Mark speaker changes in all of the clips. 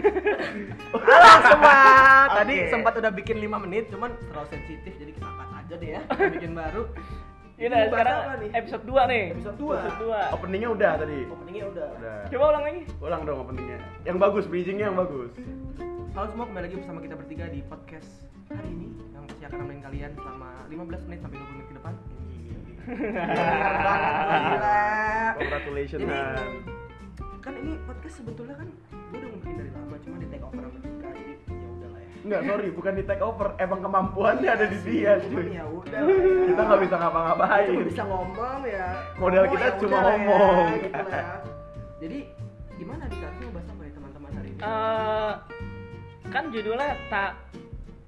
Speaker 1: Halo semua.
Speaker 2: Oke.
Speaker 1: Tadi sempat udah bikin 5 menit, cuman terlalu sensitif jadi kita angkat aja deh ya. Kita bikin baru.
Speaker 2: Iya,
Speaker 3: Yaudah,
Speaker 1: Ini bahas
Speaker 3: sekarang
Speaker 1: apa nih?
Speaker 3: episode 2 nih.
Speaker 1: Episode dua.
Speaker 2: Openingnya udah tadi.
Speaker 1: Openingnya udah.
Speaker 3: 2. Coba ulang lagi.
Speaker 2: Ulang dong openingnya. Yang bagus, bridgingnya yang bagus.
Speaker 1: Halo semua, kembali lagi bersama kita bertiga di podcast hari ini yang pasti akan nemenin kalian selama 15 menit sampai 20 menit ke depan. Bener banget, gila.
Speaker 2: Congratulations.
Speaker 1: Jadi,
Speaker 2: Han.
Speaker 1: Kan ini podcast sebetulnya kan gue udah ngomongin dari lama, cuma di take over sama Dika, jadi ya udahlah ya.
Speaker 2: Enggak, sorry, bukan di take over. Emang kemampuannya ada di dia,
Speaker 1: Cuman
Speaker 2: cuy.
Speaker 1: ya udah. lah ya.
Speaker 2: Kita nggak bisa
Speaker 1: Kita
Speaker 2: ngapa-ngapain.
Speaker 1: cuma bisa ngomong ya.
Speaker 2: Modal
Speaker 1: Ngomong
Speaker 2: kita
Speaker 1: ya
Speaker 2: cuma
Speaker 1: udah lah ya,
Speaker 2: ngomong.
Speaker 1: gitu lah ya. Jadi gimana Dika? Kita mau bahas apa ya teman-teman hari ini?
Speaker 3: Eh, kan judulnya tak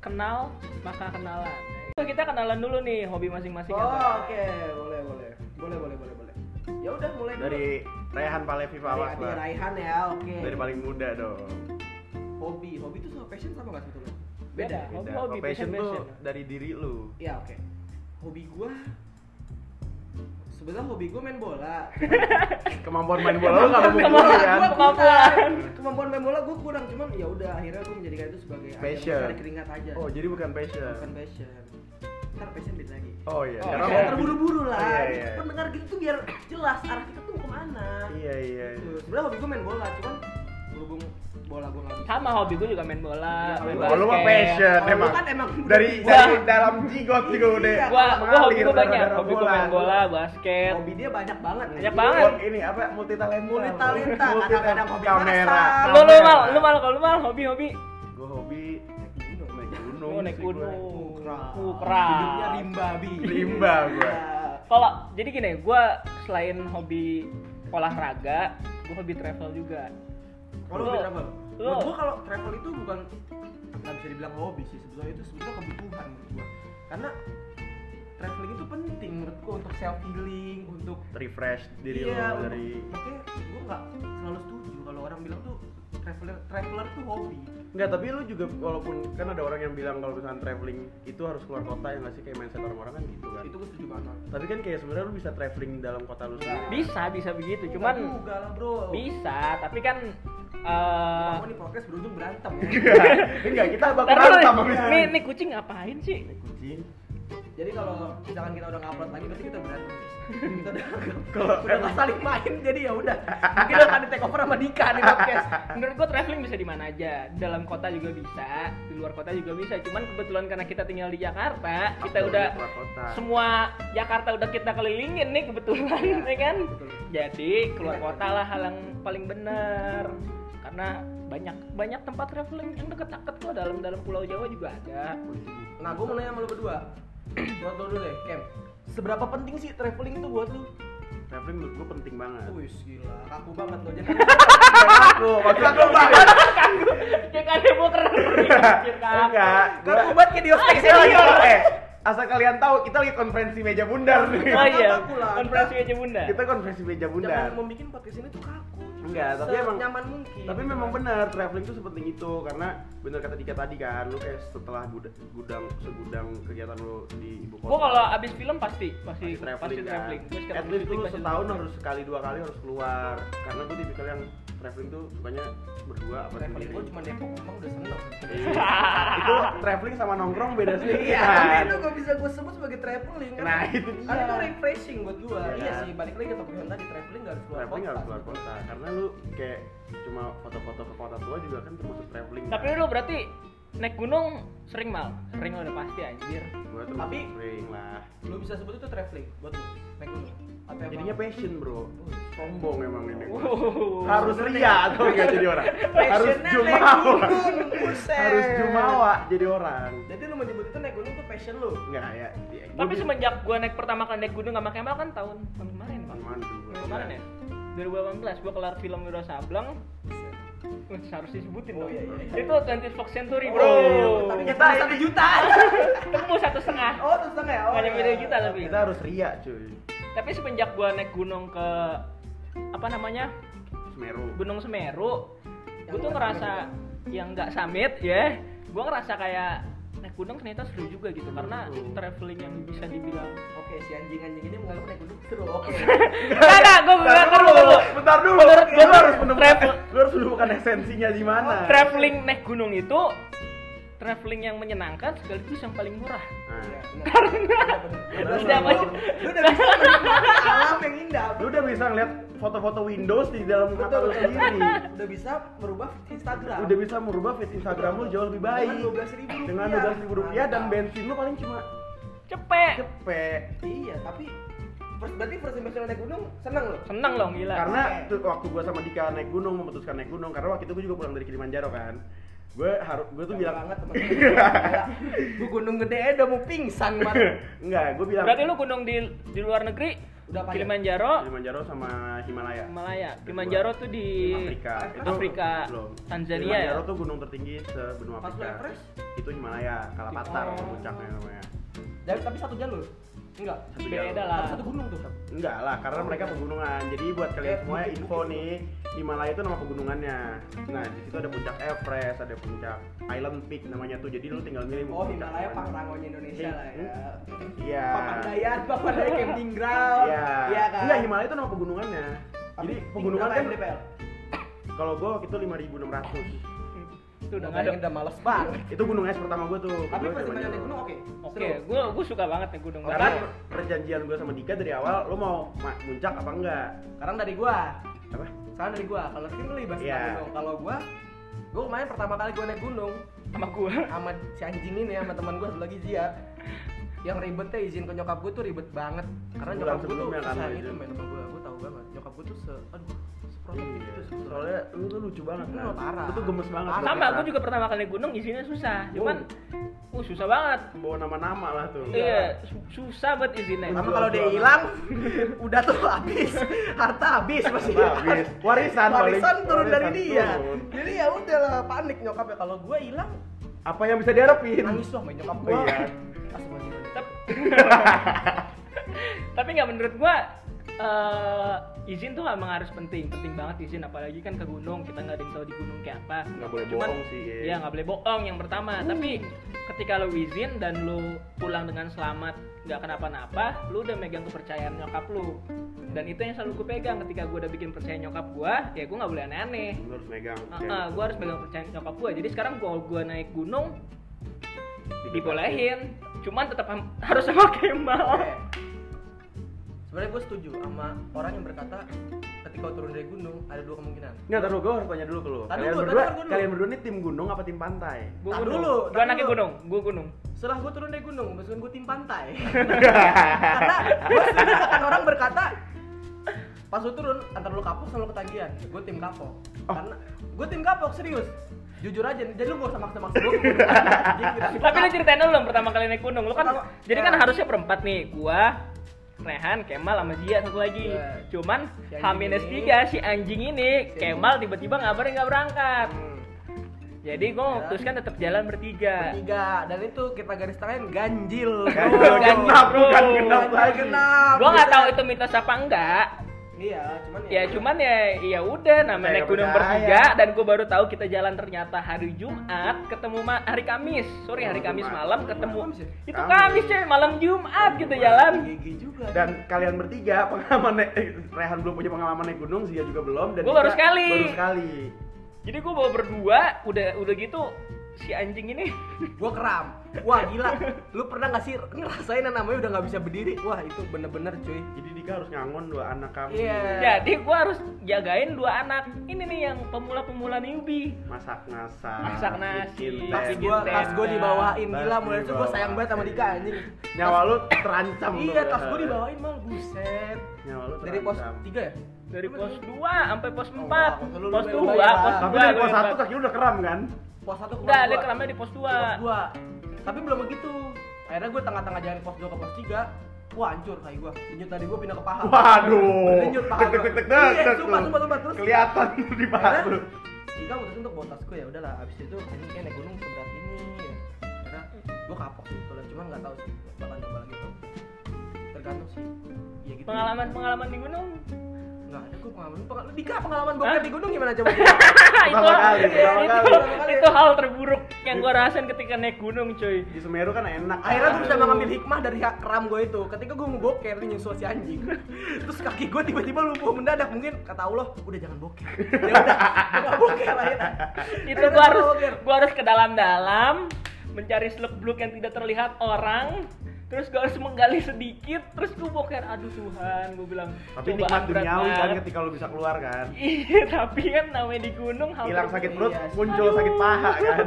Speaker 3: kenal maka kenalan. Itu kita kenalan dulu nih hobi masing-masing
Speaker 1: Oh,
Speaker 3: apa.
Speaker 1: oke, boleh, boleh. Boleh, boleh, boleh, boleh. Ya udah mulai dulu.
Speaker 2: Dari Rehan Palevi
Speaker 1: dari
Speaker 2: Fawas
Speaker 1: Adi
Speaker 2: lah.
Speaker 1: Raihan ya, oke.
Speaker 2: Dari paling muda dong.
Speaker 1: hobi, hobi itu sama passion sama nggak sebetulnya?
Speaker 3: Beda. Hobi,
Speaker 2: Beda.
Speaker 3: hobi,
Speaker 2: Profession tuh
Speaker 3: passion, passion.
Speaker 2: dari diri lu.
Speaker 1: Iya, oke. Hobi gua sebenarnya hobi gua main bola.
Speaker 2: Kemampuan main bola lu nggak mungkin
Speaker 3: Kemampuan
Speaker 2: dulu,
Speaker 1: Gua
Speaker 2: kan?
Speaker 3: gua- Kemampuan.
Speaker 1: kurang. Kemampuan main bola gua kurang, cuman ya udah akhirnya gua menjadikan itu sebagai ajang
Speaker 2: Passion.
Speaker 1: mencari keringat aja.
Speaker 2: Oh, jadi bukan
Speaker 1: bukan
Speaker 2: passion.
Speaker 1: passion ntar passion beda lagi
Speaker 2: Oh iya.
Speaker 3: Oh,
Speaker 2: Sekarang
Speaker 1: Jangan
Speaker 2: mau-
Speaker 1: terburu-buru lah
Speaker 2: Oh, Iya, iya.
Speaker 1: pendengar gitu tuh biar jelas arah kita tuh mau kemana
Speaker 2: Iya, iya.
Speaker 1: Gitu.
Speaker 2: iya.
Speaker 1: sebenarnya hobi gue main bola cuman berhubung bola gue nggak bisa
Speaker 3: Sama hobi gue juga main bola, main
Speaker 2: Oh, lu mah
Speaker 3: basket.
Speaker 2: passion
Speaker 1: Kalau lu
Speaker 2: emang.
Speaker 1: kan emang udah
Speaker 2: dari
Speaker 1: tua.
Speaker 2: dari dalam jigot juga udah.
Speaker 1: Iya.
Speaker 3: Gua, gua hobi
Speaker 2: mengalir
Speaker 3: gue banyak.
Speaker 2: darah-darah
Speaker 3: Hobi gue main bola, basket.
Speaker 1: hobi dia banyak banget
Speaker 3: Banyak banget.
Speaker 2: Oh, Ini apa multi talenta.
Speaker 1: Multitalenta, kadang-kadang hobi
Speaker 2: kamera.
Speaker 1: masak.
Speaker 3: Lu lu mal,
Speaker 2: ya.
Speaker 3: lu mal kalau lu mal hobi hobi.
Speaker 2: Gue hobi naik gunung.
Speaker 3: Lu naik
Speaker 2: sih gua.
Speaker 3: gunung.
Speaker 1: Kukra.
Speaker 3: Kukra.
Speaker 1: Hidupnya rimba bi. Iya.
Speaker 2: Rimba gua.
Speaker 3: Kalau jadi gini, gue selain hobi olahraga, gue hobi travel juga.
Speaker 1: Kalau
Speaker 3: Lu-
Speaker 1: hobi travel.
Speaker 3: lu-
Speaker 1: Buat gua kalau travel itu bukan nggak bisa dibilang hobi sih sebetulnya itu sebetulnya kebutuhan menurut gua. Karena traveling itu penting menurut gua untuk self healing, untuk
Speaker 2: Refresh diri
Speaker 1: Iya,
Speaker 2: lu
Speaker 1: untuk-
Speaker 2: dari
Speaker 1: makanya gua nggak selalu setuju kalau orang bilang tuh traveler traveler tuh hobi.
Speaker 2: Enggak, tapi lu juga walaupun kan ada orang yang bilang kalau misalnya traveling itu harus keluar kota ya nggak sih kayak mindset orang-orang kan gitu kan.
Speaker 1: Itu gua setuju banget.
Speaker 2: Tapi kan kayak sebenarnya lu bisa traveling dalam kota lu sendiri.
Speaker 3: Bisa, bisa begitu. Cuman
Speaker 1: juga lah bro.
Speaker 3: bisa, tapi kan eh
Speaker 1: Kamu nih podcast berujung berantem ya.
Speaker 2: Iya. Enggak, kita bakal
Speaker 3: Ntar dulu,
Speaker 2: sama
Speaker 3: nih, nih, nih kucing ngapain sih?
Speaker 2: kucing.
Speaker 1: Jadi kalau misalkan kita udah ngupload lagi berarti kita berantem. guys. kita udah
Speaker 2: Kalau-
Speaker 1: udah nggak saling main jadi ya udah. Mungkin akan di take over sama Dika di podcast.
Speaker 3: Menurut gua traveling bisa di mana aja, Di dalam kota juga bisa, di luar kota juga bisa. Cuman kebetulan karena kita tinggal di Jakarta, kita
Speaker 2: Lu
Speaker 3: udah
Speaker 2: keluar kota.
Speaker 3: semua Jakarta udah kita kelilingin nih kebetulan,
Speaker 1: Iya.
Speaker 3: ya kan?
Speaker 1: Betul.
Speaker 3: Jadi keluar kota lah hal yang paling bener karena banyak banyak tempat traveling yang deket-deket kok dalam dalam Pulau Jawa juga ada.
Speaker 1: Nah, gue mau nanya sama lu berdua. buat lu dulu deh, Kem. Seberapa penting sih traveling tuh buat lu?
Speaker 2: Traveling menurut gua penting banget.
Speaker 1: Wih, gila. Kaku banget lo jadi.
Speaker 2: Aku, maksud aku banget.
Speaker 3: Kayak ada mau kan, ya, keren. Iya kan?
Speaker 2: Enggak,
Speaker 1: Kaku
Speaker 2: gua-
Speaker 1: banget kayak di ospek senior.
Speaker 2: Eh, asal kalian tahu kita lagi konferensi meja bundar nih.
Speaker 3: Oh iya,
Speaker 1: Aku lah.
Speaker 3: konferensi aja bunda.
Speaker 2: Kita konferensi meja bundar.
Speaker 1: Jangan mau bikin podcast ini tuh kaku.
Speaker 2: Enggak, tapi emang-
Speaker 1: nyaman mungkin.
Speaker 2: Tapi memang benar traveling itu sepenting itu karena bener kata Dika tadi kan, lu kayak setelah gudang, gudang segudang kegiatan lu di ibu kota.
Speaker 3: Gua kalau abis film pasti pasti
Speaker 2: pasti traveling, kan.
Speaker 3: pasti traveling. Gua sekarang
Speaker 2: At least
Speaker 3: syuting
Speaker 2: lu
Speaker 3: pasti
Speaker 2: setahun
Speaker 3: traveling.
Speaker 2: harus sekali dua kali harus keluar. Karena gue tipikal yang traveling tuh sukanya berdua apa
Speaker 1: traveling
Speaker 2: sendiri.
Speaker 1: gue cuma Depok, emang udah seneng.
Speaker 2: Iya. itu traveling sama nongkrong beda sedikit.
Speaker 1: Iya, tapi
Speaker 2: kan.
Speaker 1: itu gak bisa gue sebut sebagai traveling kan.
Speaker 2: Nah, itu dia.
Speaker 1: Karena itu refreshing buat gue.
Speaker 2: Iya
Speaker 1: Iya
Speaker 2: kan?
Speaker 1: sih, balik lagi ke topik yang tadi traveling gak harus keluar
Speaker 2: traveling
Speaker 1: kota.
Speaker 2: harus keluar kota karena lu kayak cuma foto-foto ke kota tua juga kan termasuk traveling
Speaker 3: Tapi lu berarti naik gunung sering mal, sering lah udah pasti anjir.
Speaker 2: gue termasuk
Speaker 1: Tapi-
Speaker 2: traveling lah
Speaker 1: Lu bisa sebut itu traveling buat lu. Naik gunung. Atau emang-
Speaker 2: jadinya passion bro
Speaker 1: Oh,
Speaker 2: sombong emang ini gua.
Speaker 3: Wow.
Speaker 2: harus ria atau enggak jadi orang harus
Speaker 1: Passionnya naik
Speaker 2: jumawa
Speaker 1: gunung, buset.
Speaker 2: harus jumawa jadi orang
Speaker 1: Jadi lu menyebut itu naik gunung tuh passion lu.
Speaker 2: enggak ya, ya gua
Speaker 3: Tapi
Speaker 2: di-
Speaker 3: semenjak gua naik pertama kali naik gunung sama Kemal kan tahun tahun kemarin, Bang.
Speaker 2: Apaan tuh gua?
Speaker 3: Tahun kemarin ya? 2018 gua kelar film Wira Sableng. Wih, harus disebutin
Speaker 1: Oh,
Speaker 3: dong.
Speaker 1: iya, iya.
Speaker 3: Itu 20 Fox Century,
Speaker 1: Oh,
Speaker 3: Bro.
Speaker 1: Tapi
Speaker 2: Kita
Speaker 1: kita satu juta.
Speaker 3: Temu satu setengah.
Speaker 1: Oh, terus setengah ya? Oh,
Speaker 3: Nggak nyampe
Speaker 1: iya.
Speaker 3: dua juta tapi.
Speaker 2: kita harus ria cuy
Speaker 3: Tapi semenjak gua naik gunung ke apa namanya?
Speaker 2: Semeru
Speaker 3: Gunung Semeru,
Speaker 1: Yang
Speaker 3: gue tuh
Speaker 1: nggak
Speaker 3: ngerasa yang nggak summit ya, gue ngerasa kayak naik gunung ternyata seru juga gitu karena
Speaker 2: Seru.
Speaker 3: traveling yang bisa dibilang
Speaker 1: Oke, si anjing-anjing ini mengaku naik gunung seru. Oke. Iya,
Speaker 3: enggak enggak gue
Speaker 2: Bentar
Speaker 3: bentar dulu
Speaker 2: dulu, bentar dulu.
Speaker 3: Menurut
Speaker 2: Lu
Speaker 3: gua
Speaker 2: harus menemukan,
Speaker 3: travel- Oh,
Speaker 2: lu harus menemukan esensinya di mana.
Speaker 3: traveling naik gunung itu traveling yang menyenangkan sekaligus yang paling murah
Speaker 2: Nah,
Speaker 1: iya. Karena
Speaker 2: Udah, Mas.
Speaker 1: Lu udah bisa menikmati alam yang indah.
Speaker 2: lu udah bisa ngeliat foto-foto Windows di dalam mata lu
Speaker 1: Betul.
Speaker 2: sendiri.
Speaker 1: Udah bisa merubah Instagram.
Speaker 2: Udah bisa merubah feed Instagram lu jauh lebih baik.
Speaker 1: Dengan 12.000 rupiah.
Speaker 2: Dengan 12.000 rupiah dan bensin lu paling cuma
Speaker 3: cepet
Speaker 2: cepet.
Speaker 1: Iya, tapi first, berarti first impression naik gunung seneng lo?
Speaker 3: seneng loh gila
Speaker 2: Karena tuh waktu gua sama Dika naik gunung memutuskan naik gunung karena waktu itu gua juga pulang dari Kilimanjaro kan. Gue harus gue tuh bilang
Speaker 1: banget teman-teman. Gue gunung gede aja udah mau pingsan banget.
Speaker 2: enggak, gue bilang
Speaker 3: berarti lu gunung di di luar negeri
Speaker 1: Udah apa ya?
Speaker 3: Kilimanjaro
Speaker 2: Kilimanjaro sama Himalaya.
Speaker 3: Himalaya Kilimanjaro tuh di
Speaker 2: Afrika, itu
Speaker 3: Afrika,
Speaker 2: belum.
Speaker 3: Tanzania ya
Speaker 2: Kilimanjaro tuh gunung tertinggi sebenua
Speaker 1: Pas
Speaker 2: Afrika.
Speaker 1: lu Everest?
Speaker 2: Itu Himalaya, Kalapatar
Speaker 1: Oh.
Speaker 2: puncaknya namanya.
Speaker 1: Dan tapi satu jalur. Enggak.
Speaker 2: Satu
Speaker 3: beda
Speaker 2: jalur.
Speaker 3: lah
Speaker 1: Tapi satu gunung tuh.
Speaker 2: Enggak lah, karena mereka pegunungan. Jadi buat kalian
Speaker 1: Ya,
Speaker 2: semua
Speaker 1: bukit-
Speaker 2: info
Speaker 1: bukit.
Speaker 2: nih, Himalaya itu nama pegunungannya. Nah, di situ ada puncak Everest, ada puncak Island Peak namanya tuh. Jadi lu tinggal milih mau
Speaker 1: Oh,
Speaker 2: puncak
Speaker 1: Himalaya
Speaker 2: mana.
Speaker 1: Pangrangonya Indonesia lah ya.
Speaker 2: Iya.
Speaker 1: Papandayan, Papandayan camping ground.
Speaker 2: Iya.
Speaker 1: Iya kan?
Speaker 2: Enggak, Himalaya itu nama pegunungannya.
Speaker 1: Tapi
Speaker 2: Jadi pegunungan
Speaker 1: berapa
Speaker 2: kan
Speaker 1: MDPL?
Speaker 2: kalau gua waktu itu 5600.
Speaker 3: Hmm. itu udah
Speaker 1: Udah
Speaker 3: nggak ada
Speaker 1: udah males banget.
Speaker 2: Itu gunung es pertama gua tuh.
Speaker 1: Tapi
Speaker 2: Kedua
Speaker 1: first impression
Speaker 2: Kilimanjaro.
Speaker 1: naik gunung oke.
Speaker 3: oke
Speaker 1: Seru.
Speaker 3: gue gue suka banget nih gunung
Speaker 2: Karena
Speaker 3: Karena-
Speaker 2: perjanjian gue sama Dika dari awal, lo mau ma- muncak apa enggak?
Speaker 1: Sekarang dari gua.
Speaker 2: Apa?
Speaker 1: Sekarang dari gua. Kalau tim lu ibas
Speaker 2: Iya.
Speaker 1: gunung. Kalau gua Gue kemarin pertama kali gue naik gunung
Speaker 3: sama gue
Speaker 1: sama si anjing ini sama teman gue lagi Zia yang ribetnya izin ke nyokap gue tuh ribet banget karena
Speaker 2: Sebulan
Speaker 1: nyokap gue tuh
Speaker 2: sebelumnya kan
Speaker 1: susah
Speaker 2: lo
Speaker 1: itu
Speaker 2: izin.
Speaker 1: main sama gue gue tau banget nyokap gue tuh se aduh gitu, seprotektif
Speaker 2: Iya.
Speaker 1: itu sebetulnya.
Speaker 2: Soalnya lu tuh lucu banget
Speaker 1: Lu
Speaker 2: kan?
Speaker 1: parah.
Speaker 2: Lu tuh gemes banget.
Speaker 1: Parah.
Speaker 3: sama
Speaker 2: sebagai
Speaker 3: gue juga pertama kali naik gunung izinnya susah cuman uh susah banget
Speaker 2: anak. Bawa nama-nama lah tuh.
Speaker 3: iya su- susah banget
Speaker 2: Iya,
Speaker 3: izinnya
Speaker 1: Pertama kalau dia hilang udah tuh habis harta habis masih
Speaker 2: Harta habis. Warisan paling.
Speaker 1: warisan turun dari
Speaker 2: Warisan
Speaker 1: dia
Speaker 2: turun.
Speaker 1: jadi ya udahlah panik nyokapnya kalau gue hilang
Speaker 2: Apa yang bisa diharapin?
Speaker 1: nangis dong main nyokap gue
Speaker 2: Oh, iya.
Speaker 1: Astagfirullahaladzim.
Speaker 3: Tep- tapi nggak menurut gua eh, izin tuh emang harus penting penting banget izin apalagi kan ke gunung kita nggak ada yang tahu di gunung kayak apa
Speaker 2: Nggak boleh bohong sih, Hmm. iya.
Speaker 3: ya nggak boleh bohong yang pertama tapi ketika lo izin dan lo pulang dengan selamat nggak kenapa-napa lo udah megang kepercayaan nyokap lo dan itu yang selalu gue pegang ketika gue udah bikin percaya nyokap gua ya gue nggak boleh aneh-aneh
Speaker 2: Lu harus megang. iya.
Speaker 3: Ah, gue harus pegang percaya nyokap gue jadi sekarang kalau gue naik gunung
Speaker 2: Dikit-dikit.
Speaker 3: dibolehin cuman tetap ham- harus pakai mal
Speaker 1: Eh, sebenarnya gue setuju sama orang yang berkata ketika lo turun dari gunung ada dua kemungkinan
Speaker 2: Nggak, taruh gue harus tanya dulu ke lu.
Speaker 1: Tar
Speaker 2: Kalian
Speaker 1: dulu, tar
Speaker 2: berdua,
Speaker 1: dulu, tar dulu.
Speaker 2: kalian berdua nih tim gunung apa tim pantai?
Speaker 3: gue
Speaker 1: Tar
Speaker 3: gunung
Speaker 1: dulu,
Speaker 3: gue
Speaker 1: tar
Speaker 3: anaknya
Speaker 1: dulu.
Speaker 3: gunung gue gunung
Speaker 1: setelah gue turun dari gunung maksudnya gue tim pantai karena gue sering akan orang berkata pas lu turun antara lu kapok sama lu ketagihan gue tim kapok
Speaker 2: Oh.
Speaker 1: karena gue tim kapok serius jujur aja nih, jadi lu gak usah maksa-maksa gue
Speaker 3: tapi lu ceritain dulu dong pertama kali naik gunung lu kan
Speaker 1: Pertama-
Speaker 3: jadi kan
Speaker 1: ya.
Speaker 3: harusnya berempat nih gua Rehan, Kemal, sama Zia satu lagi.
Speaker 1: Ya.
Speaker 3: Cuman
Speaker 1: Si anjing
Speaker 3: H-3
Speaker 1: ini.
Speaker 3: si anjing ini,
Speaker 1: Si
Speaker 3: Kemal tiba-tiba ngabarin nggak berangkat. Jadi gue
Speaker 1: Ya.
Speaker 3: memutuskan tetap jalan bertiga.
Speaker 1: tiga Hmm. dan itu kita garis tangan ganjil
Speaker 2: Ganjil, genap,
Speaker 3: bro.
Speaker 2: bukan genap
Speaker 1: Ganjil,
Speaker 2: lagi.
Speaker 1: genap
Speaker 3: Gue nggak tahu itu mitos apa enggak.
Speaker 1: iya cuman
Speaker 3: Ya cuman ya ya udah
Speaker 2: Percaya,
Speaker 3: namanya naik gunung
Speaker 2: percaya.
Speaker 3: bertiga dan gue baru tahu kita jalan ternyata hari Jumat ketemu ma- hari Kamis. Sorry hari
Speaker 2: Oh,
Speaker 3: Kamis
Speaker 2: Jumat.
Speaker 3: malam
Speaker 1: Jumat,
Speaker 3: ketemu.
Speaker 1: Kamis ya?
Speaker 3: Itu
Speaker 2: Kamis.
Speaker 3: Kamis coy, malam Jumat kita jalan.
Speaker 1: gigi juga
Speaker 2: Dan kalian bertiga pengalaman naik- eh, Rehan belum punya pengalaman naik gunung, Zia juga belum dan
Speaker 3: Gua
Speaker 2: Dika
Speaker 3: baru sekali.
Speaker 2: Baru sekali.
Speaker 3: Jadi gue bawa berdua, udah udah gitu si anjing ini
Speaker 1: gue kram wah gila lu pernah gak sih ngerasain yang namanya udah nggak bisa berdiri wah itu bener-bener cuy
Speaker 2: Jadi Dika harus ngangon dua anak kamu.
Speaker 1: iya
Speaker 3: jadi gue harus jagain dua anak ini nih yang pemula-pemula newbie
Speaker 2: masak nasi
Speaker 3: Masak nasi,
Speaker 1: pas
Speaker 3: bikin
Speaker 1: gua tas
Speaker 3: tenda.
Speaker 1: gua dibawain
Speaker 2: Iya, gitu. Tas
Speaker 1: gila mulai itu gua
Speaker 2: dibawain.
Speaker 1: sayang banget sama Dika anjing
Speaker 2: nyawa lu terancam lu.
Speaker 1: iya tas gua dibawain mal buset
Speaker 2: nyawa lu
Speaker 1: dari pos
Speaker 2: terancam.
Speaker 1: 3 ya
Speaker 3: dari pos 2 sampai pos 4
Speaker 1: maksud lu
Speaker 3: pos
Speaker 1: lu
Speaker 3: 2
Speaker 1: bayar.
Speaker 3: pos
Speaker 2: tapi
Speaker 3: 2
Speaker 2: dari pos satu kaki lu udah keram kan
Speaker 1: pos 1 ke
Speaker 3: udah
Speaker 1: pos
Speaker 3: dia
Speaker 1: dua.
Speaker 3: keramnya di pos
Speaker 1: Ke
Speaker 3: 2
Speaker 1: pos 2 tapi belum begitu akhirnya gua tengah-tengah jalan pos 2 ke pos 3 wah hancur kayak gua denyut tadi gua pindah ke paha
Speaker 2: waduh
Speaker 1: denyut Iya, paha
Speaker 2: tek
Speaker 1: gua.
Speaker 2: tek tek
Speaker 1: iya
Speaker 2: tek
Speaker 1: sumpah sumpah sumpah terus
Speaker 2: kelihatan tuh di paha
Speaker 1: Karena
Speaker 2: lu
Speaker 1: Dika mutusin untuk bawa tasku ya udahlah abis itu ini kayak naik gunung seberat ini ya. karena gue kapok sih sebetulnya cuma nggak tahu sih bakal coba lagi tuh tergantung sih ya gitu
Speaker 3: pengalaman-pengalaman di gunung
Speaker 1: nggak ada gue pengalaman pengalaman Dika pengalaman bokep
Speaker 3: Hah?
Speaker 1: di gunung gimana coba
Speaker 3: Nah, itu,
Speaker 2: Pertama kali, pertama
Speaker 3: itu,
Speaker 1: kali.
Speaker 3: itu hal terburuk yang gua rasain ketika naik gunung cuy
Speaker 2: di Semeru kan enak
Speaker 1: akhirnya gue
Speaker 2: kan.
Speaker 1: bisa mengambil hikmah dari hak keram gue itu ketika gue mau boker nih nyusul si anjing terus kaki gue tiba-tiba lumpuh mendadak mungkin kata Allah udah jangan boker ya udah gue nggak boker akhirnya
Speaker 3: itu
Speaker 1: Akhirnya
Speaker 3: gua
Speaker 1: gua
Speaker 3: harus
Speaker 1: nggak boker.
Speaker 3: gua harus ke dalam-dalam mencari seluk beluk yang tidak terlihat orang terus gua harus menggali sedikit terus gua boker aduh Tuhan gua bilang
Speaker 2: tapi
Speaker 3: cobaan
Speaker 2: nikmat
Speaker 3: berat
Speaker 2: duniawi kan
Speaker 3: banget.
Speaker 2: ketika lu bisa keluar kan
Speaker 3: iya tapi kan namanya di gunung hal
Speaker 2: hilang sakit
Speaker 3: terburuk.
Speaker 2: perut
Speaker 1: Iya.
Speaker 2: muncul sakit paha kan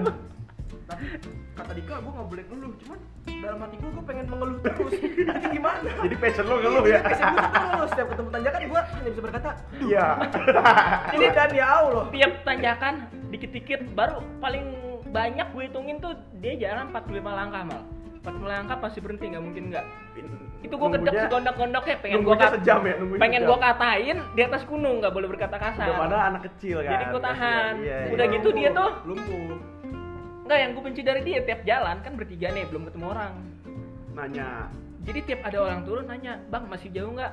Speaker 1: tapi kata Dika gue nggak boleh ngeluh cuman dalam hati gue gue pengen mengeluh terus jadi gimana
Speaker 2: jadi passion
Speaker 1: Iya,
Speaker 2: lu ngeluh ya
Speaker 1: Jadi gua terus setiap ketemu tanjakan gue hanya bisa berkata
Speaker 2: iya
Speaker 1: ini dan ya Allah
Speaker 3: tiap tanjakan dikit-dikit baru paling banyak gue hitungin tuh dia jalan 45 langkah mal 45 langkah pasti berhenti nggak mungkin nggak itu gue gedek
Speaker 2: Nunggunya-
Speaker 3: segondak-gondoknya pengen gue
Speaker 2: nunggunya sejam ya nunggunya
Speaker 3: pengen
Speaker 2: sejam.
Speaker 3: gue katain di atas gunung nggak boleh berkata kasar
Speaker 2: udah pada anak kecil kan
Speaker 3: Jadi gua tahan.
Speaker 2: Iya, iya.
Speaker 3: Udah gitu dia tuh.
Speaker 1: lumpuh
Speaker 3: Enggak yang gue benci dari dia tiap jalan kan bertiga nih belum ketemu orang.
Speaker 2: nanya
Speaker 3: Jadi tiap ada orang turun nanya, "Bang, masih jauh nggak?"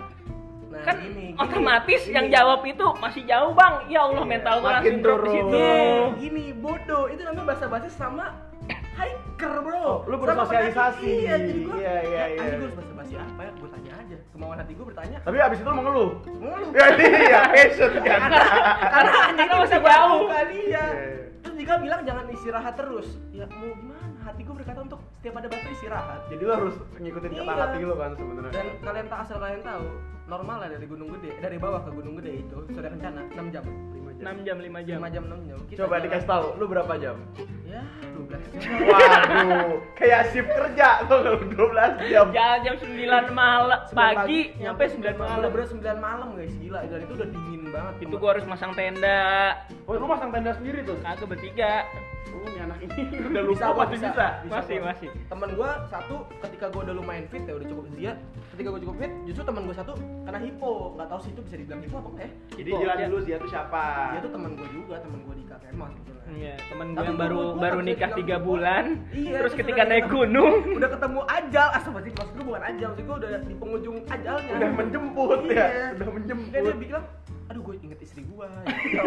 Speaker 1: nah
Speaker 3: kan
Speaker 1: ini, gini. Iya.
Speaker 3: otomatis yang
Speaker 1: Ini.
Speaker 3: jawab itu masih jauh, Bang. Ya Allah,
Speaker 2: Iya,
Speaker 3: mental gue
Speaker 2: makin
Speaker 3: langsung drop di
Speaker 2: turun.
Speaker 3: situ.
Speaker 1: Iya, gini bodoh itu namanya bahasa basi sama hiker bro.
Speaker 2: Oh, lu
Speaker 1: Sama
Speaker 2: bersosialisasi.
Speaker 1: penyanyi. Iya, jadi gua,
Speaker 2: Iya, iya, iya.
Speaker 1: Anjing gua harus bahasa basi apa ya? Gua tanya aja. Kemauan hati gua bertanya.
Speaker 2: tapi abis itu lu mengeluh
Speaker 1: Mulu.
Speaker 2: ya iya passion kan
Speaker 1: Karena anjing ini
Speaker 3: Karena masih
Speaker 1: bisa jauh
Speaker 3: jauh.
Speaker 1: kali ya.
Speaker 2: Iya, iya.
Speaker 1: Terus juga bilang jangan istirahat terus. Ya mau gimana? Hati gua berkata untuk setiap ada batu istirahat.
Speaker 2: jadi lu harus ngikutin kata
Speaker 1: Iya.
Speaker 2: hati lu kan sebenarnya
Speaker 1: Dan kalian tak asal kalian tahu, normal lah dari gunung gede, dari bawah ke gunung gede itu sudah kencana 6 jam.
Speaker 2: Lima jam.
Speaker 3: 6 jam, 5 jam.
Speaker 1: 5 jam 6 jam. Kita
Speaker 2: coba
Speaker 1: jalan-
Speaker 2: dikasih tahu lu berapa jam
Speaker 1: Ya, 12 jam.
Speaker 2: waduh kayak shift kerja tuh 12 jam
Speaker 3: Jalan jam 9 malam pagi nyampe 9 malam.
Speaker 1: Bener-bener 9 malam guys, gila. Dan itu udah dingin banget.
Speaker 3: Itu gue harus masang tenda.
Speaker 2: oh lu masang tenda sendiri tuh
Speaker 3: Kagak bertiga.
Speaker 2: oh ini anak ini udah
Speaker 1: Bisa,
Speaker 2: lupa
Speaker 1: gua
Speaker 2: masih
Speaker 1: bisa.
Speaker 2: bisa
Speaker 3: Masih,
Speaker 1: gua.
Speaker 3: masih.
Speaker 1: Temen gua satu ketika gua udah lumayan fit ya udah cukup zia. Ketika gua cukup fit, justru temen gua satu kena hipo. Gak tahu sih itu bisa dibilang hipo apa enggak ya.
Speaker 2: jadi
Speaker 3: Gitu,
Speaker 2: jelas
Speaker 3: ya.
Speaker 2: dulu dia tuh siapa
Speaker 1: Dia tuh temen gua juga, temen gua di Kakemon sebetulnya.
Speaker 3: Iya, temen gue
Speaker 1: Tapi
Speaker 3: yang
Speaker 1: gua-
Speaker 3: baru
Speaker 1: gua
Speaker 3: baru
Speaker 1: nggak bisa
Speaker 3: nikah
Speaker 1: bilang
Speaker 3: 3
Speaker 1: gua.
Speaker 3: bulan,
Speaker 1: Iya,
Speaker 3: terus
Speaker 1: terus
Speaker 3: ketika
Speaker 1: udah
Speaker 3: naik
Speaker 1: ketemu.
Speaker 3: gunung,
Speaker 1: Udah ketemu ajal, asal sih maksud gua bukan ajal, maksud gua udah di penghujung ajalnya.
Speaker 2: udah menjemput ya
Speaker 1: Iya.
Speaker 2: udah
Speaker 1: Enggak dia
Speaker 2: menjemput
Speaker 1: bilang, aduh gua inget istri gua.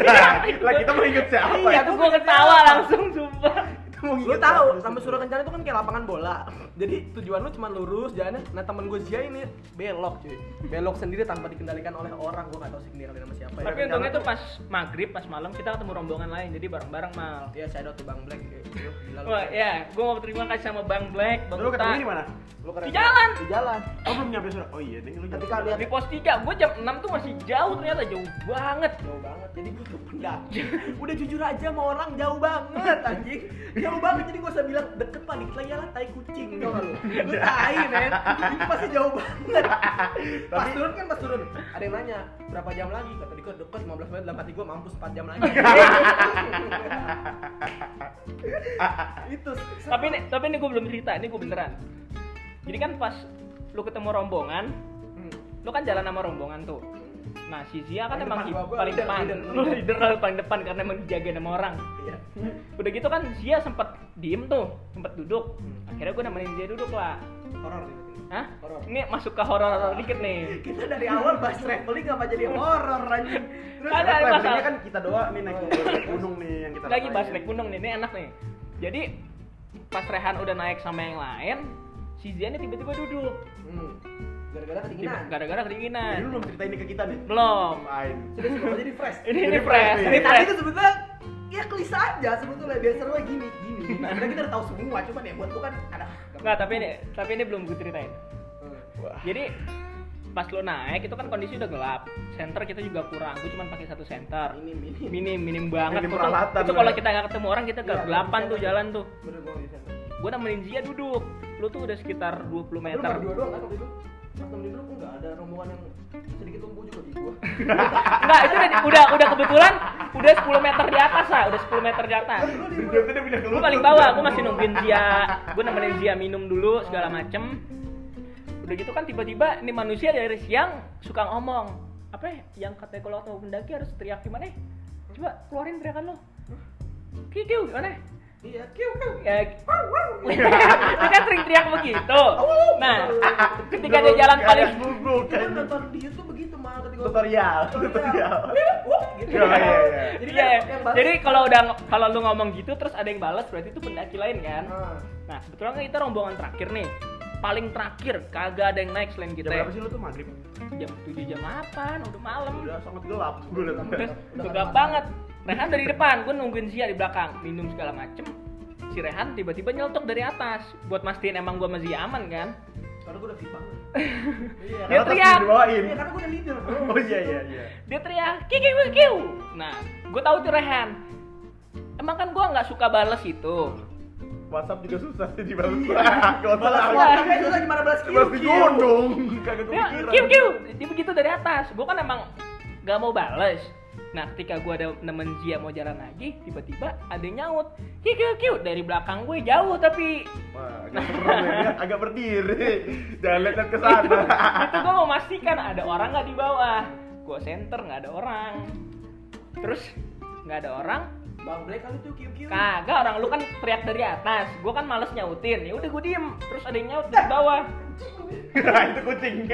Speaker 2: lah kita mau inget siapa
Speaker 1: Iya,
Speaker 2: ya
Speaker 3: itu
Speaker 1: gua
Speaker 3: gue
Speaker 1: nggak
Speaker 3: ketawa
Speaker 1: bisa.
Speaker 3: langsung sumpah.
Speaker 2: Kita mau
Speaker 1: lu
Speaker 2: inget
Speaker 1: tahu
Speaker 2: siapa.
Speaker 1: sampai suruh kencana itu kan kayak lapangan bola jadi tujuan lu cuma lurus jalannya nah temen gue Zia ini belok cuy belok sendiri tanpa dikendalikan oleh orang gue gak tahu sih kendalikan sama siapa ya
Speaker 3: Tapi untungnya tuh pas maghrib, pas malam kita ketemu rombongan lain, jadi bareng-bareng mal.
Speaker 1: ya saya tuh bang Black kayak gitu gila lu.
Speaker 3: Wah ya, gue mau terima kasih sama Bang Black, Bang
Speaker 2: lu ketemu
Speaker 3: Uta.
Speaker 2: di mana lu
Speaker 3: Di jalan.
Speaker 1: di jalan
Speaker 2: oh belum nyampe surat oh iya nih lu
Speaker 1: Ketika
Speaker 2: nyampe.
Speaker 1: lihat-
Speaker 3: Di pos 3, gue jam 6 tuh masih jauh ternyata jauh banget.
Speaker 1: jauh banget jadi gue tuh pendaki udah jujur aja sama orang jauh banget anjing jauh banget jadi gue usah bilang deket pak dikit lagi lah tai kucing tau gak lu gue tai men itu pasti jauh banget pas turun kan pas turun ada yang nanya berapa jam lagi kata Diko deket 15 menit dalam hati gue mampus 4 jam lagi itu
Speaker 3: Tapi ini, tapi ini gue belum cerita, ini gue beneran. Jadi kan pas lu ketemu rombongan,
Speaker 1: Hmm.
Speaker 3: lu kan jalan sama rombongan tuh. Nah si Zia kan
Speaker 1: Paling
Speaker 3: emang
Speaker 1: depan
Speaker 3: hi-
Speaker 1: gua, gua
Speaker 3: paling
Speaker 1: leader,
Speaker 3: depan,
Speaker 1: leader,
Speaker 3: lu
Speaker 1: leader.
Speaker 3: leader lu paling depan karena emang dijaga sama orang.
Speaker 1: Iya.
Speaker 3: Udah gitu kan Zia sempet diem tuh, sempet duduk. Hmm, Akhirnya gue nemenin dia duduk lah.
Speaker 1: horor nih.
Speaker 3: Hah?
Speaker 1: Horor.
Speaker 3: Ini masuk ke horor dikit nih.
Speaker 1: kita dari awal bahas traveling apa jadi horor anjing Terus
Speaker 3: Ada
Speaker 2: Karena
Speaker 3: masalah.
Speaker 2: travelingnya kan kita doang nih naik gunung, naik gunung nih yang kita
Speaker 3: lagi bahas
Speaker 2: rasain.
Speaker 3: naik gunung nih, ini enak nih. Jadi pas Rehan udah naik sama yang lain, si Zian ini tiba-tiba duduk.
Speaker 1: hmm. gara-gara
Speaker 3: Tiba-
Speaker 1: kedinginan
Speaker 3: Gara-gara
Speaker 2: Jadi lu
Speaker 3: kedinginan.
Speaker 2: belum cerita ini ke kita nih.
Speaker 3: Belum.
Speaker 2: Main.
Speaker 1: sudah sudah jadi fresh
Speaker 3: Ini
Speaker 2: Jadi
Speaker 3: ini fresh,
Speaker 2: fresh
Speaker 3: ini
Speaker 1: Ini tadi
Speaker 3: fresh.
Speaker 1: itu sebetulnya ya klise aja sebetulnya biasa lo gini gini. Sebenarnya kita udah tahu semua, cuman ya buat lu kan ada.
Speaker 3: Enggak, tapi ini tapi ini belum gue ceritain.
Speaker 1: Hmm.
Speaker 2: Wah.
Speaker 3: Jadi pas lo naik itu kan kondisi udah gelap. Center kita juga kurang. Gue cuma pakai satu center.
Speaker 1: Ini ini.
Speaker 3: Minim minim banget.
Speaker 2: Minim
Speaker 3: Itu-
Speaker 2: peralatan,
Speaker 3: itu kalau
Speaker 2: ya.
Speaker 3: kita nggak ketemu orang kita
Speaker 1: Iya,
Speaker 3: kegelapan
Speaker 1: bisa.
Speaker 3: tuh jalan tuh.
Speaker 1: Bener gue bisa.
Speaker 3: Gue nemenin Zia duduk. Lu tuh udah sekitar 20
Speaker 1: Lu
Speaker 3: meter.
Speaker 1: berdua doang kan waktu itu? Pas temen dulu enggak ada rombongan yang sedikit tumbuh juga di gua.
Speaker 3: Enggak, itu udah udah, udah kebetulan udah 10 meter di atas lah, udah 10 meter di atas.
Speaker 2: Dia tuh dia pindah ke
Speaker 3: Gue paling bawah, gue masih nungguin dia, gue nemenin dia minum dulu segala macem. Udah gitu kan tiba-tiba ini manusia dari siang suka ngomong apa ya, yang katanya kalau atau pendaki harus teriak gimana? ya? Coba keluarin teriakan lo. Kikiu gimana? ya?
Speaker 1: Iya, kiu kiu.
Speaker 3: ya dia kan sering teriak begitu nah ketika dia jalan paling
Speaker 1: Kita nonton di YouTube begitu mah ketika Oh, iya.
Speaker 2: tutorial, tutorial.
Speaker 1: Wah, gitu.
Speaker 2: Iya, iya, iya.
Speaker 1: Jadi
Speaker 3: jadi
Speaker 1: kan
Speaker 3: ya,
Speaker 1: yang balas-
Speaker 3: jadi kalau udah kalau lu ngomong gitu terus ada yang balas berarti itu pendaki lain kan
Speaker 1: Nah,
Speaker 3: nah kebetulan kan kita rombongan terakhir nih paling terakhir kagak ada yang naik selain
Speaker 2: Jam
Speaker 3: kita ya.
Speaker 2: berapa sih lu tuh maghrib?
Speaker 3: jam 7 jam 8 udah malam
Speaker 2: Udah sangat gelap gue liat.
Speaker 3: terus
Speaker 1: Udah
Speaker 3: gelap
Speaker 1: kan
Speaker 3: banget Rehan dari depan, gue nungguin Zia di belakang, minum segala macem. Si Rehan tiba-tiba nyeletuk dari atas, buat mastiin emang gue sama Zia aman kan?
Speaker 1: Karena gue udah fit banget. Iya,
Speaker 2: Ya,
Speaker 3: Dia
Speaker 1: karena-
Speaker 3: teriak.
Speaker 2: dibawain.
Speaker 1: Iya, karena gue udah leader, bro.
Speaker 2: Oh iya iya iya.
Speaker 3: dia teriak kiki kiu nah gue tahu tuh Rehan emang kan gue nggak suka bales itu
Speaker 2: WhatsApp juga susah sih dibalas.
Speaker 3: Iya.
Speaker 2: Kalau
Speaker 1: Balas
Speaker 2: salah
Speaker 1: WhatsApp itu lagi mana balas kiu
Speaker 2: Iya. Balas di
Speaker 1: kiu.
Speaker 2: gondong. Kagak
Speaker 3: dia
Speaker 2: kepikiran.
Speaker 3: Iya, kiu kiu dia begitu dari atas gue kan emang nggak mau bales nah ketika gue ada nemen Zia mau jalan lagi tiba-tiba ada yang nyaut kiu kiu kiu dari belakang gue jauh tapi
Speaker 2: Wah, agak serem ya, dia agak berdiri. Jangan lihat ke
Speaker 3: itu,
Speaker 2: sana.
Speaker 3: itu gue mau pastikan ada orang nggak di bawah gue center nggak ada orang terus nggak ada orang
Speaker 1: Bang Black kali tuh kiu kiu.
Speaker 3: Kagak orang lu kan teriak dari atas, gua kan males nyautin. Ya udah gua diem, terus ada yang nyaut dari bawah.
Speaker 2: itu kucing.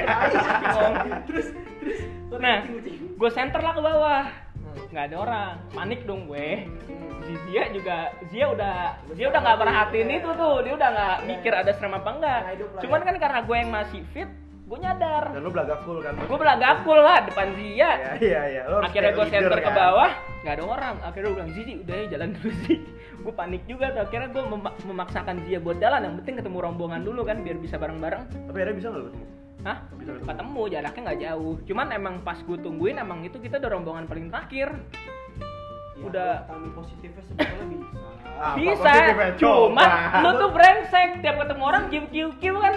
Speaker 1: Terus terus sorry,
Speaker 3: Nah.
Speaker 1: kucing-kucing.
Speaker 3: Gua center lah ke bawah.
Speaker 1: Hmm.
Speaker 3: Nggak ada orang, panik dong gue.
Speaker 2: Hmm.
Speaker 3: Si Zia juga, Zia udah, Zia udah nggak perhatiin itu tuh, dia udah nggak
Speaker 2: Iya.
Speaker 3: mikir ada serem apa enggak.
Speaker 1: Nah, hidup lah
Speaker 3: Cuman
Speaker 1: ya.
Speaker 3: kan karena gue yang masih fit, gue nyadar.
Speaker 2: Dan lu belagak full kan.
Speaker 3: Gue belagakul lah depan Zia.
Speaker 2: Iya iya iya. Lu harus
Speaker 3: akhirnya
Speaker 2: kayak
Speaker 3: gue
Speaker 2: leader,
Speaker 3: center ke
Speaker 2: kan?
Speaker 3: bawah nggak ada orang akhirnya gue bilang Zizi udah ya jalan dulu sih gue panik juga tuh akhirnya gue memaksakan dia buat jalan yang penting ketemu rombongan dulu kan biar bisa bareng-bareng
Speaker 2: Tapi akhirnya bisa enggak lu ketemu?
Speaker 3: Hah?
Speaker 2: Bisa ketemu.
Speaker 3: ketemu jaraknya nggak jauh cuman emang pas gue tungguin emang itu kita udah rombongan paling terakhir
Speaker 1: Ya,
Speaker 3: Udah.
Speaker 1: kalau Kami positifnya sebetulnya bisa.
Speaker 2: Apa
Speaker 3: bisa
Speaker 2: positifnya?
Speaker 3: cuman
Speaker 2: Coba.
Speaker 3: lu tuh brengsek tiap ketemu orang kiu kiu kiu kan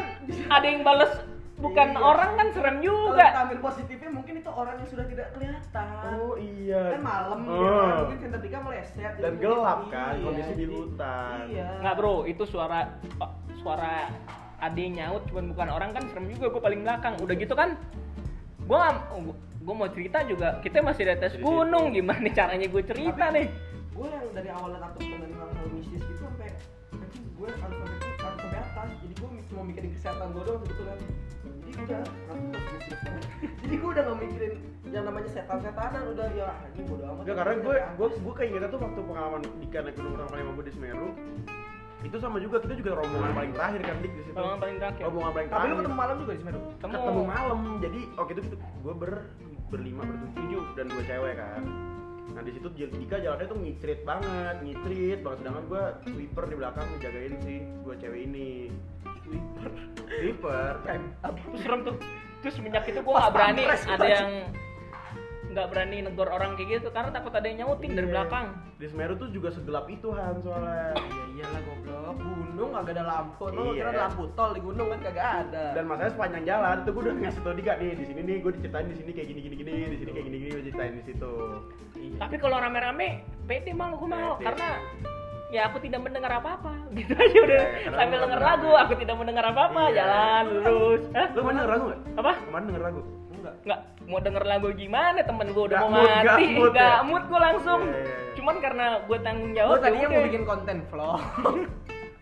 Speaker 3: ada yang bales bukan
Speaker 1: Iya.
Speaker 3: orang kan serem
Speaker 1: Kalau
Speaker 3: juga
Speaker 1: tampil positifnya mungkin itu orang yang sudah tidak kelihatan.
Speaker 2: Oh iya.
Speaker 1: kan malam ya
Speaker 2: Oh.
Speaker 1: kan? mungkin center tiga meleset
Speaker 2: Dan
Speaker 1: jadi
Speaker 2: gelap
Speaker 1: mungkin-
Speaker 2: kan,
Speaker 1: iya,
Speaker 2: kondisi di
Speaker 1: jadi-
Speaker 2: hutan.
Speaker 1: iya
Speaker 3: nggak bro itu suara oh, suara ade nyaut cuman bukan orang kan serem juga gue paling belakang udah gitu kan gue gue mau cerita juga kita masih di atas
Speaker 2: Jadi
Speaker 3: gunung gimana caranya gue cerita
Speaker 1: Tapi-
Speaker 3: nih
Speaker 1: gue yang dari awal takut dengan hal-hal mistis gitu sampai nanti gue harus sampai harus sampai atas jadi gue cuma mikirin kesehatan gue doang sebetulnya jadi gue udah aku harus mistis banget. jadi gue udah nggak mikirin yang namanya setan-setanan udah ya ah, ini bodo amat
Speaker 2: Enggak, karena gue gue gue keingetan tuh waktu pengalaman di kan naik gunung pertama kali sama gue di Semeru itu sama juga kita juga rombongan paling terakhir kan dik di situ
Speaker 3: Rombongan paling terakhir.
Speaker 2: rombongan paling
Speaker 1: tapi lu
Speaker 2: terakhir
Speaker 1: ketemu malam juga di Semeru
Speaker 3: Ketemu.
Speaker 2: ketemu malam jadi oke itu kita gue ber berlima bertujuh dan dua cewek kan nah di situ J- Dika jalannya tuh ngicrit banget ngicrit banget sedangkan gue sweeper di belakang ngejagain si dua cewek ini sweeper sweeper
Speaker 3: terus serem tuh terus semenjak itu gue nggak berani
Speaker 1: pampres gitu
Speaker 3: ada
Speaker 1: aja.
Speaker 3: yang nggak berani negor orang kayak gitu karena takut ada yang nyautin dari
Speaker 2: Iya.
Speaker 3: belakang
Speaker 2: di Semeru tuh juga segelap itu Han soalnya
Speaker 1: ya iyalah goblok gunung kagak ada lampu lu
Speaker 2: Iya.
Speaker 1: kira ada lampu tol di gunung kan kagak ada
Speaker 2: dan masalahnya sepanjang jalan itu gue udah ngasih tau Dika nih di sini nih gue diceritain di sini kayak gini gini gini di sini kayak gini gini gue ceritain di situ
Speaker 1: Iya.
Speaker 3: tapi kalau rame-rame pede malu gue mau
Speaker 2: Pede.
Speaker 3: karena ya aku tidak mendengar apa-apa gitu aja udah
Speaker 2: Iya, karena lu
Speaker 3: sambil denger
Speaker 2: rame-rame.
Speaker 3: lagu aku tidak mendengar apa-apa
Speaker 2: Iya.
Speaker 3: jalan lurus Hah?
Speaker 2: lu kemarin denger lagu nggak
Speaker 3: apa
Speaker 2: kemarin denger lagu
Speaker 1: enggak
Speaker 3: nggak mau denger lagu gimana temen gue udah
Speaker 2: Nggak
Speaker 3: mau
Speaker 2: mood, nggak
Speaker 3: mati
Speaker 2: mood ya?
Speaker 3: nggak mood gue langsung
Speaker 2: Iya, iya, iya.
Speaker 3: cuman karena gue tanggung
Speaker 1: gue
Speaker 3: jawab ya
Speaker 1: tadinya
Speaker 3: yaudah.
Speaker 1: mau bikin konten vlog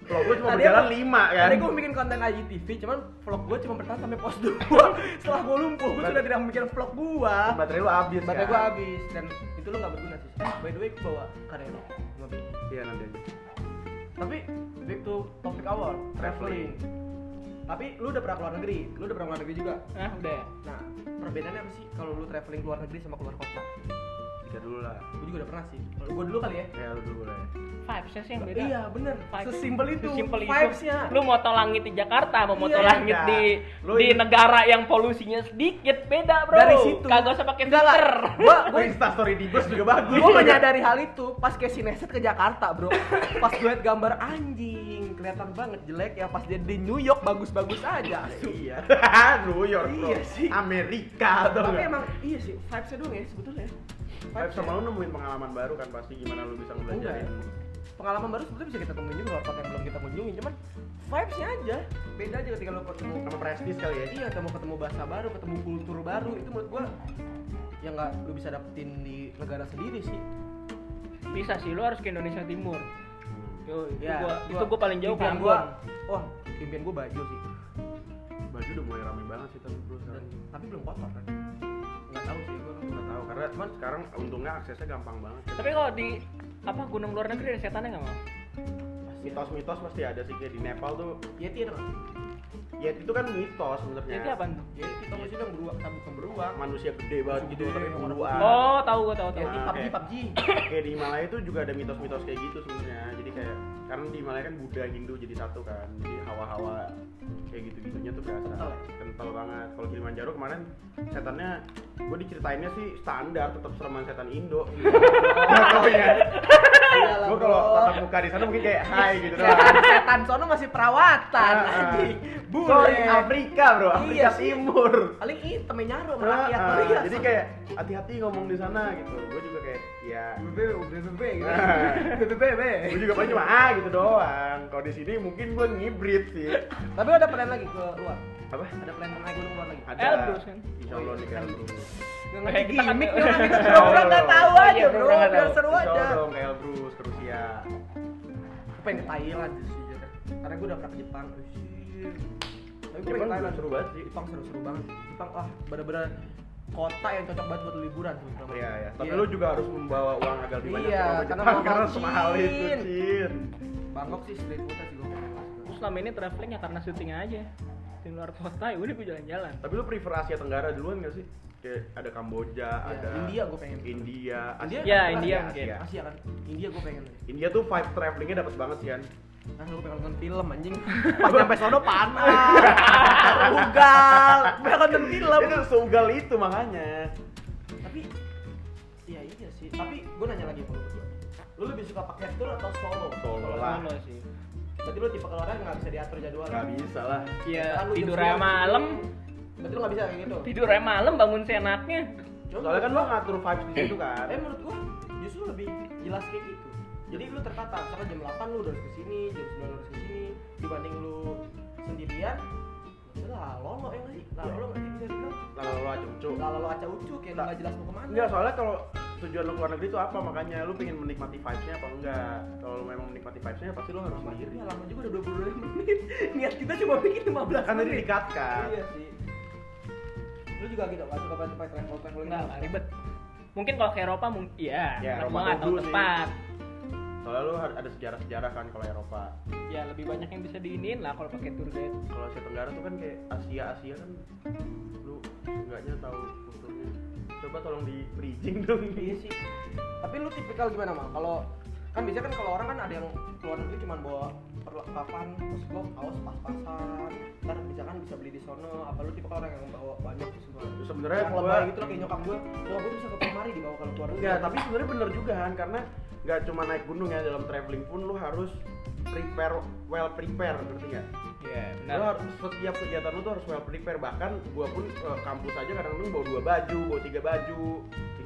Speaker 2: kalau gue cuma
Speaker 1: Tadi
Speaker 2: berjalan
Speaker 1: aku-
Speaker 2: lima kan
Speaker 1: Tadi gue bikin konten IGTV, cuman vlog gue cuma bertahan sampai pos 2 Setelah gue lumpuh, gue sudah tidak mikir vlog gue
Speaker 2: baterai lu habis
Speaker 1: Baterai
Speaker 2: kan?
Speaker 1: gue habis, dan itu lo gak berguna sih By the way, gue bawa karya lo
Speaker 2: iya nanti aja
Speaker 1: Tapi, back to topik awal, traveling Tapi lu udah pernah keluar negeri, lu udah pernah keluar negeri juga
Speaker 3: nah udah
Speaker 1: Nah, perbedaannya apa sih kalau lu traveling keluar negeri sama keluar kota?
Speaker 2: Dika dulu lah
Speaker 1: Gue juga udah pernah sih, kalau gue dulu kali ya
Speaker 2: ya lu dulu boleh
Speaker 3: vibesnya sih yang beda
Speaker 1: Iya bener,
Speaker 3: Vibes.
Speaker 1: sesimpel itu,
Speaker 3: Sesimpel itu.
Speaker 1: vibes-nya
Speaker 3: lu mau langit di Jakarta mau moto
Speaker 1: Iya,
Speaker 3: langit
Speaker 2: iya.
Speaker 3: di
Speaker 2: Lu
Speaker 3: di
Speaker 2: ini-
Speaker 3: negara yang polusinya sedikit beda bro
Speaker 1: Dari situ.
Speaker 3: kagak usah pakai
Speaker 1: Enggak lah,
Speaker 3: filter
Speaker 1: gue
Speaker 2: gue instastory di bus juga bagus
Speaker 3: Iya.
Speaker 1: gue menyadari hal itu pas ke Sineset ke Jakarta bro pas gue liat gambar anjing kelihatan banget jelek ya pas dia di New York bagus-bagus aja
Speaker 2: iya New York bro
Speaker 1: Iya sih.
Speaker 2: Amerika atau
Speaker 1: tapi
Speaker 2: enggak
Speaker 1: emang iya sih vibes-nya doang ya sebetulnya
Speaker 2: Vibes sama
Speaker 1: ya.
Speaker 2: lu nemuin pengalaman baru kan pasti gimana lu bisa
Speaker 1: Enggak
Speaker 2: belajarin
Speaker 1: ya. pengalaman baru sebetulnya bisa kita temuin juga luar kota yang belum kita kunjungi cuman vibes-nya aja beda aja ketika lo ketemu
Speaker 2: sama prestis kali ya
Speaker 1: iya ketemu ketemu bahasa baru ketemu kultur baru itu menurut gue ya nggak lu bisa dapetin di negara sendiri sih
Speaker 3: bisa sih lu harus ke Indonesia Timur
Speaker 2: Hmm.
Speaker 3: Yo, itu
Speaker 1: Ya,
Speaker 3: gua,
Speaker 1: gua-
Speaker 3: Iya, itu gua paling jauh
Speaker 1: impian
Speaker 3: Ambon.
Speaker 1: gua wah impian gua baju sih
Speaker 2: baju udah mulai rame banget sih tapi bro sekarang
Speaker 1: tapi belum kotor kan nggak tahu sih gua
Speaker 2: nggak tahu karena cuman sekarang untungnya aksesnya gampang banget
Speaker 3: Tapi kalau di apa gunung luar negeri ada setannya nggak mau?
Speaker 2: mitos-mitos pasti ada sih kayak di Nepal tuh
Speaker 1: Yeti ada nggak
Speaker 2: ya itu kan mitos sebenarnya
Speaker 3: Jadi apa tuh?
Speaker 1: Yeti tau nggak sih dong beruang tapi bukan beruang
Speaker 2: manusia gede banget gitu
Speaker 1: Gede,
Speaker 2: tapi
Speaker 1: yang warna
Speaker 2: buruan
Speaker 3: Oh, tahu gua tahu tahu.
Speaker 1: Yeti
Speaker 2: Ah,
Speaker 1: PUBG
Speaker 2: kayak-
Speaker 1: PUBG
Speaker 2: kayak di Himalaya itu juga ada mitos-mitos kayak gitu sebenarnya jadi kayak karena di Himalaya kan Buddha Hindu jadi satu kan jadi hawa-hawa kayak gitu-gitunya tuh berasa
Speaker 1: Kental ya?
Speaker 2: kental banget kalau Kilimanjaro kemarin setannya gue diceritainnya sih standar tetap sereman setan Indo Gak tau ya
Speaker 1: Iyalah,
Speaker 2: gue kalau
Speaker 1: bro.
Speaker 2: tatap muka di sana mungkin kayak hai gitu
Speaker 1: setan
Speaker 2: doang
Speaker 1: setan sono masih perawatan
Speaker 2: Ah, ah.
Speaker 1: anjing. Bule.
Speaker 2: sorry Afrika bro Afrika
Speaker 1: Iya sih.
Speaker 2: Timur
Speaker 1: paling hitam yang nyaru sama
Speaker 2: Ah,
Speaker 1: rakyat
Speaker 2: ah,
Speaker 1: Iya,
Speaker 2: jadi
Speaker 1: sama-
Speaker 2: kayak hati-hati ngomong di sana gitu gue juga kayak ya
Speaker 1: BBB BBB gitu.
Speaker 2: Ah.
Speaker 1: BBB
Speaker 2: gue juga paling cuma ah gitu doang kalau di sini mungkin gue ngibrit sih
Speaker 1: tapi ada plan lagi ke luar
Speaker 2: apa
Speaker 1: ada plan naik gunung luar lagi
Speaker 2: ada
Speaker 3: Elbrus kan?
Speaker 2: insya Allah nih ke Elbrus
Speaker 1: nggak
Speaker 3: Eh,
Speaker 1: ngerti
Speaker 3: kita kan-
Speaker 1: gimmick nih orang gitu bro orang nggak tahu
Speaker 3: Oh, iya,
Speaker 1: aja
Speaker 3: bro,
Speaker 1: bro
Speaker 3: orang nggak
Speaker 1: biar
Speaker 3: tahu.
Speaker 1: seru
Speaker 2: Insya
Speaker 1: aja
Speaker 2: Allah dong ke Elbrus ke Rusia
Speaker 1: aku pengen ke Thailand sih sejujurnya karena gue udah pernah ke Jepang Wih,
Speaker 2: Jepang
Speaker 1: tapi gue pengen ke
Speaker 2: juga
Speaker 1: Thailand
Speaker 2: Ya, seru banget sih
Speaker 1: Jepang seru-seru banget Jepang wah bener-bener kota yang cocok banget buat liburan sebenarnya
Speaker 2: Iya, iya. Tapi lu juga harus membawa uang agak lebih banyak
Speaker 1: Iya,
Speaker 2: kalau ke
Speaker 1: karena
Speaker 2: Jepang
Speaker 1: mahal,
Speaker 2: karena semahal itu,
Speaker 1: Cin.
Speaker 2: Cin.
Speaker 1: Bangkok sih street food sih gue pengen
Speaker 3: Terus selama ini travelingnya karena syuting aja di luar kota ya udah gue jalan-jalan
Speaker 2: Tapi lu prefer Asia Tenggara duluan gak sih? Kayak ada Kamboja,
Speaker 1: Iya,
Speaker 2: ada
Speaker 1: India gue pengen
Speaker 2: India,
Speaker 1: India
Speaker 2: Asia.
Speaker 3: Ya,
Speaker 1: kan
Speaker 3: India
Speaker 1: Asia,
Speaker 3: mungkin.
Speaker 1: Asia kan India gue pengen
Speaker 2: India tuh vibe travelingnya dapat banget sih kan.
Speaker 1: Kan lu pengen nonton film anjing. Pas nyampe sono panas. Ugal, pengen nonton film.
Speaker 2: Itu seugal itu makanya.
Speaker 1: Tapi iya iya sih. Tapi gue nanya lagi sama lu. Lu lebih suka pakai tour atau solo?
Speaker 2: Solo lah.
Speaker 3: Solo sih
Speaker 1: Berarti lu tipe kalau orang yang nggak bisa diatur jadwalnya.
Speaker 2: Gak bisa lah.
Speaker 3: Iya,
Speaker 1: Kan lu jam
Speaker 3: tidur
Speaker 1: sembilan.
Speaker 3: malam
Speaker 1: Berarti lu nggak bisa kayak gitu.
Speaker 3: tidur malam bangun seenaknya
Speaker 1: Cuma
Speaker 2: Soalnya kan lu
Speaker 1: menurut
Speaker 2: ngatur vibes di situ
Speaker 1: gua-
Speaker 2: kan.
Speaker 1: eh menurut gue justru lebih jelas kayak gitu. Jadi lu tertata, misalkan jam 8 lu udah harus kesini, jam 9 lu harus kesini, dibanding lu sendirian, lah lolo ya nggak sih? Lah
Speaker 2: Iya.
Speaker 1: lolo nggak sih bisa dibilang?
Speaker 2: Lalu lu acung cung.
Speaker 1: Lalu lo acak ucuk yang nggak jelas mau kemana.
Speaker 2: Enggak, soalnya kalau tujuan lu keluar negeri itu apa makanya lu pengen menikmati vibes-nya apa enggak? Kalau lu memang menikmati vibes-nya pasti lu harus sendiri.
Speaker 1: Akhirnya lama juga udah 22 menit. Niat kita cuma bikin 15
Speaker 2: Kan tadi
Speaker 1: menit.
Speaker 2: di-cut kan.
Speaker 1: Iya sih. Lu juga gitu nggak suka banget travel travel
Speaker 3: enggak lah, ribet mungkin kalau ke Eropa mungkin iya
Speaker 2: Ya,
Speaker 3: ya,
Speaker 2: Eropa
Speaker 3: nggak tahu
Speaker 2: dulu sih.
Speaker 3: tempat
Speaker 2: Soalnya lu har- ada sejarah-sejarah kan kalau Eropa.
Speaker 3: ya lebih banyak yang bisa diinin lah kalau pakai tour guide
Speaker 2: Kalau Asia Tenggara tuh kan kayak Asia-Asia kan lu enggaknya tahu kulturnya. Coba tolong di bridging dong.
Speaker 1: Iya sih. Tapi lu tipikal gimana mal? Kalau kan biasanya kan kalau orang kan ada yang keluar negeri cuma bawa perlengkapan, terus gua kaos pas-pasan, ntar misalkan bisa beli di sono. Apa lu tipe orang yang bawa banyak terus gua
Speaker 2: Terus Sebenarnya
Speaker 1: yang
Speaker 2: Eh, gua
Speaker 1: lebay gitu loh kayak nyokap gua, wah gua bisa ke kamari dibawa kalau keluar negeri.
Speaker 2: Enggak, Iya, tapi sebenarnya bener juga kan karena nggak cuma naik gunung ya dalam traveling pun lu harus prepare well prepare ngerti nggak?
Speaker 3: iya
Speaker 2: Lu harus setiap kegiatan lu tuh harus well prepare bahkan gua pun ke kampus aja kadang lu bawa dua baju, bawa tiga baju.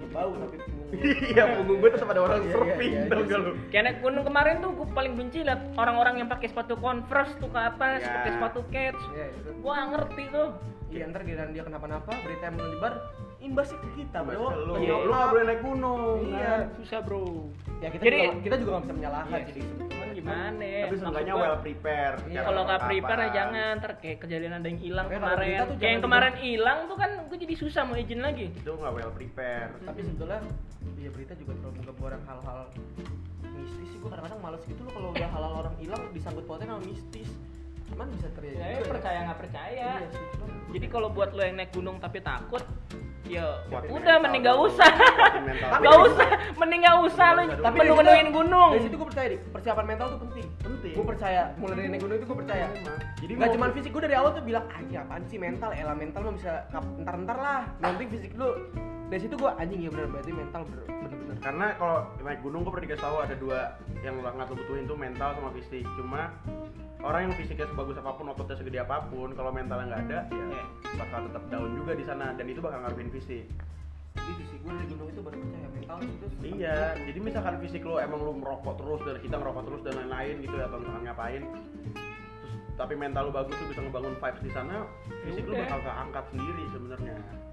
Speaker 2: Kayak
Speaker 1: bau
Speaker 2: gitu.
Speaker 1: tapi punggung gua.
Speaker 2: Iya, punggung gua tetap ada orang
Speaker 1: Iya, iya,
Speaker 2: surfing
Speaker 1: iya, iya
Speaker 2: dong
Speaker 1: sih.
Speaker 2: lu.
Speaker 3: Kayak naik gunung kemarin tuh gue paling benci liat orang-orang yang pakai sepatu converse tuh ke atas,
Speaker 2: Ya.
Speaker 3: pakai sepatu cats.
Speaker 1: Iya, itu.
Speaker 3: Gue ngerti tuh.
Speaker 1: Iya ntar giliran dia kenapa-napa berita yang menyebar imbasnya ke kita
Speaker 2: Tapi
Speaker 1: bro.
Speaker 2: lu,
Speaker 1: Iya.
Speaker 2: lu nggak boleh naik gunung.
Speaker 1: Iya.
Speaker 2: kan?
Speaker 3: Susah bro.
Speaker 1: Ya kita
Speaker 3: Jadi-
Speaker 1: juga, kita juga nggak bisa menyalahkan
Speaker 3: Iya
Speaker 1: jadi
Speaker 3: sih, cuman
Speaker 1: sebetulnya.
Speaker 3: gimana?
Speaker 2: Tapi seenggaknya
Speaker 3: Eh, Maksud gua,
Speaker 2: well prepare.
Speaker 1: Iya,
Speaker 2: secara
Speaker 3: Kalau nggak
Speaker 2: perlengkapan.
Speaker 3: prepare ya jangan, ntar kayak kejadian ada yang hilang
Speaker 1: Makanya kalau
Speaker 3: kemarin.
Speaker 1: berita tuh
Speaker 3: Kayak yang
Speaker 1: jangan
Speaker 3: kemarin hilang tuh kan gue jadi susah mau izin lagi.
Speaker 2: Itu nggak well prepare.
Speaker 1: Tapi sebetulnya ya berita juga terlalu menggebu orang hal-hal mistis sih gue kadang-kadang males gitu loh kalau udah hal-hal orang hilang disambut pautin sama mistis. Cuman bisa terjadi.
Speaker 3: Ya,
Speaker 1: juga
Speaker 3: percaya nggak percaya.
Speaker 1: Iya sih, cuman
Speaker 3: Jadi kalau buat lo yang naik gunung tapi takut, ya
Speaker 2: Kuatin
Speaker 3: udah
Speaker 2: mental
Speaker 3: mending gak
Speaker 2: dulu.
Speaker 3: usah.
Speaker 2: Kuatin mental
Speaker 1: Tapi-
Speaker 2: dulu.
Speaker 3: Gak usah, mending gak usah lo
Speaker 2: Tapi
Speaker 1: dari situ-
Speaker 3: menu-menuin gunung.
Speaker 1: Dari situ gue percaya dik, persiapan mental tuh penting.
Speaker 2: Penting.
Speaker 1: Gue percaya, mulai dari naik gunung itu gue percaya.
Speaker 2: Emang. Jadi
Speaker 1: Jadi nggak
Speaker 2: mau-
Speaker 1: cuma fisik, gue dari awal tuh bilang, ah ini apaan sih mental, elah mental mah bisa kap- ntar-ntar lah Yang penting fisik dulu Dari situ gue anjing ya bener, berarti mental bener- bener-bener
Speaker 2: karena kalau naik gunung gue pernah dikasih tahu ada dua yang banget lo butuhin tuh mental sama fisik cuma orang yang fisiknya sebagus apapun ototnya segede apapun kalau mentalnya nggak ada ya
Speaker 3: Iya.
Speaker 2: bakal tetap down juga di sana dan itu bakal ngaruhin fisik
Speaker 1: Itu sih, gue dari gunung itu baru percaya mental terus
Speaker 2: iya jadi misalkan fisik lo emang lo merokok terus dan kita ngerokok terus dan lain-lain gitu ya, atau misalkan ngapain terus tapi mental lo bagus tuh bisa ngebangun vibes di sana fisik lo
Speaker 3: udah.
Speaker 2: bakal keangkat sendiri sebenarnya
Speaker 1: gitu ya.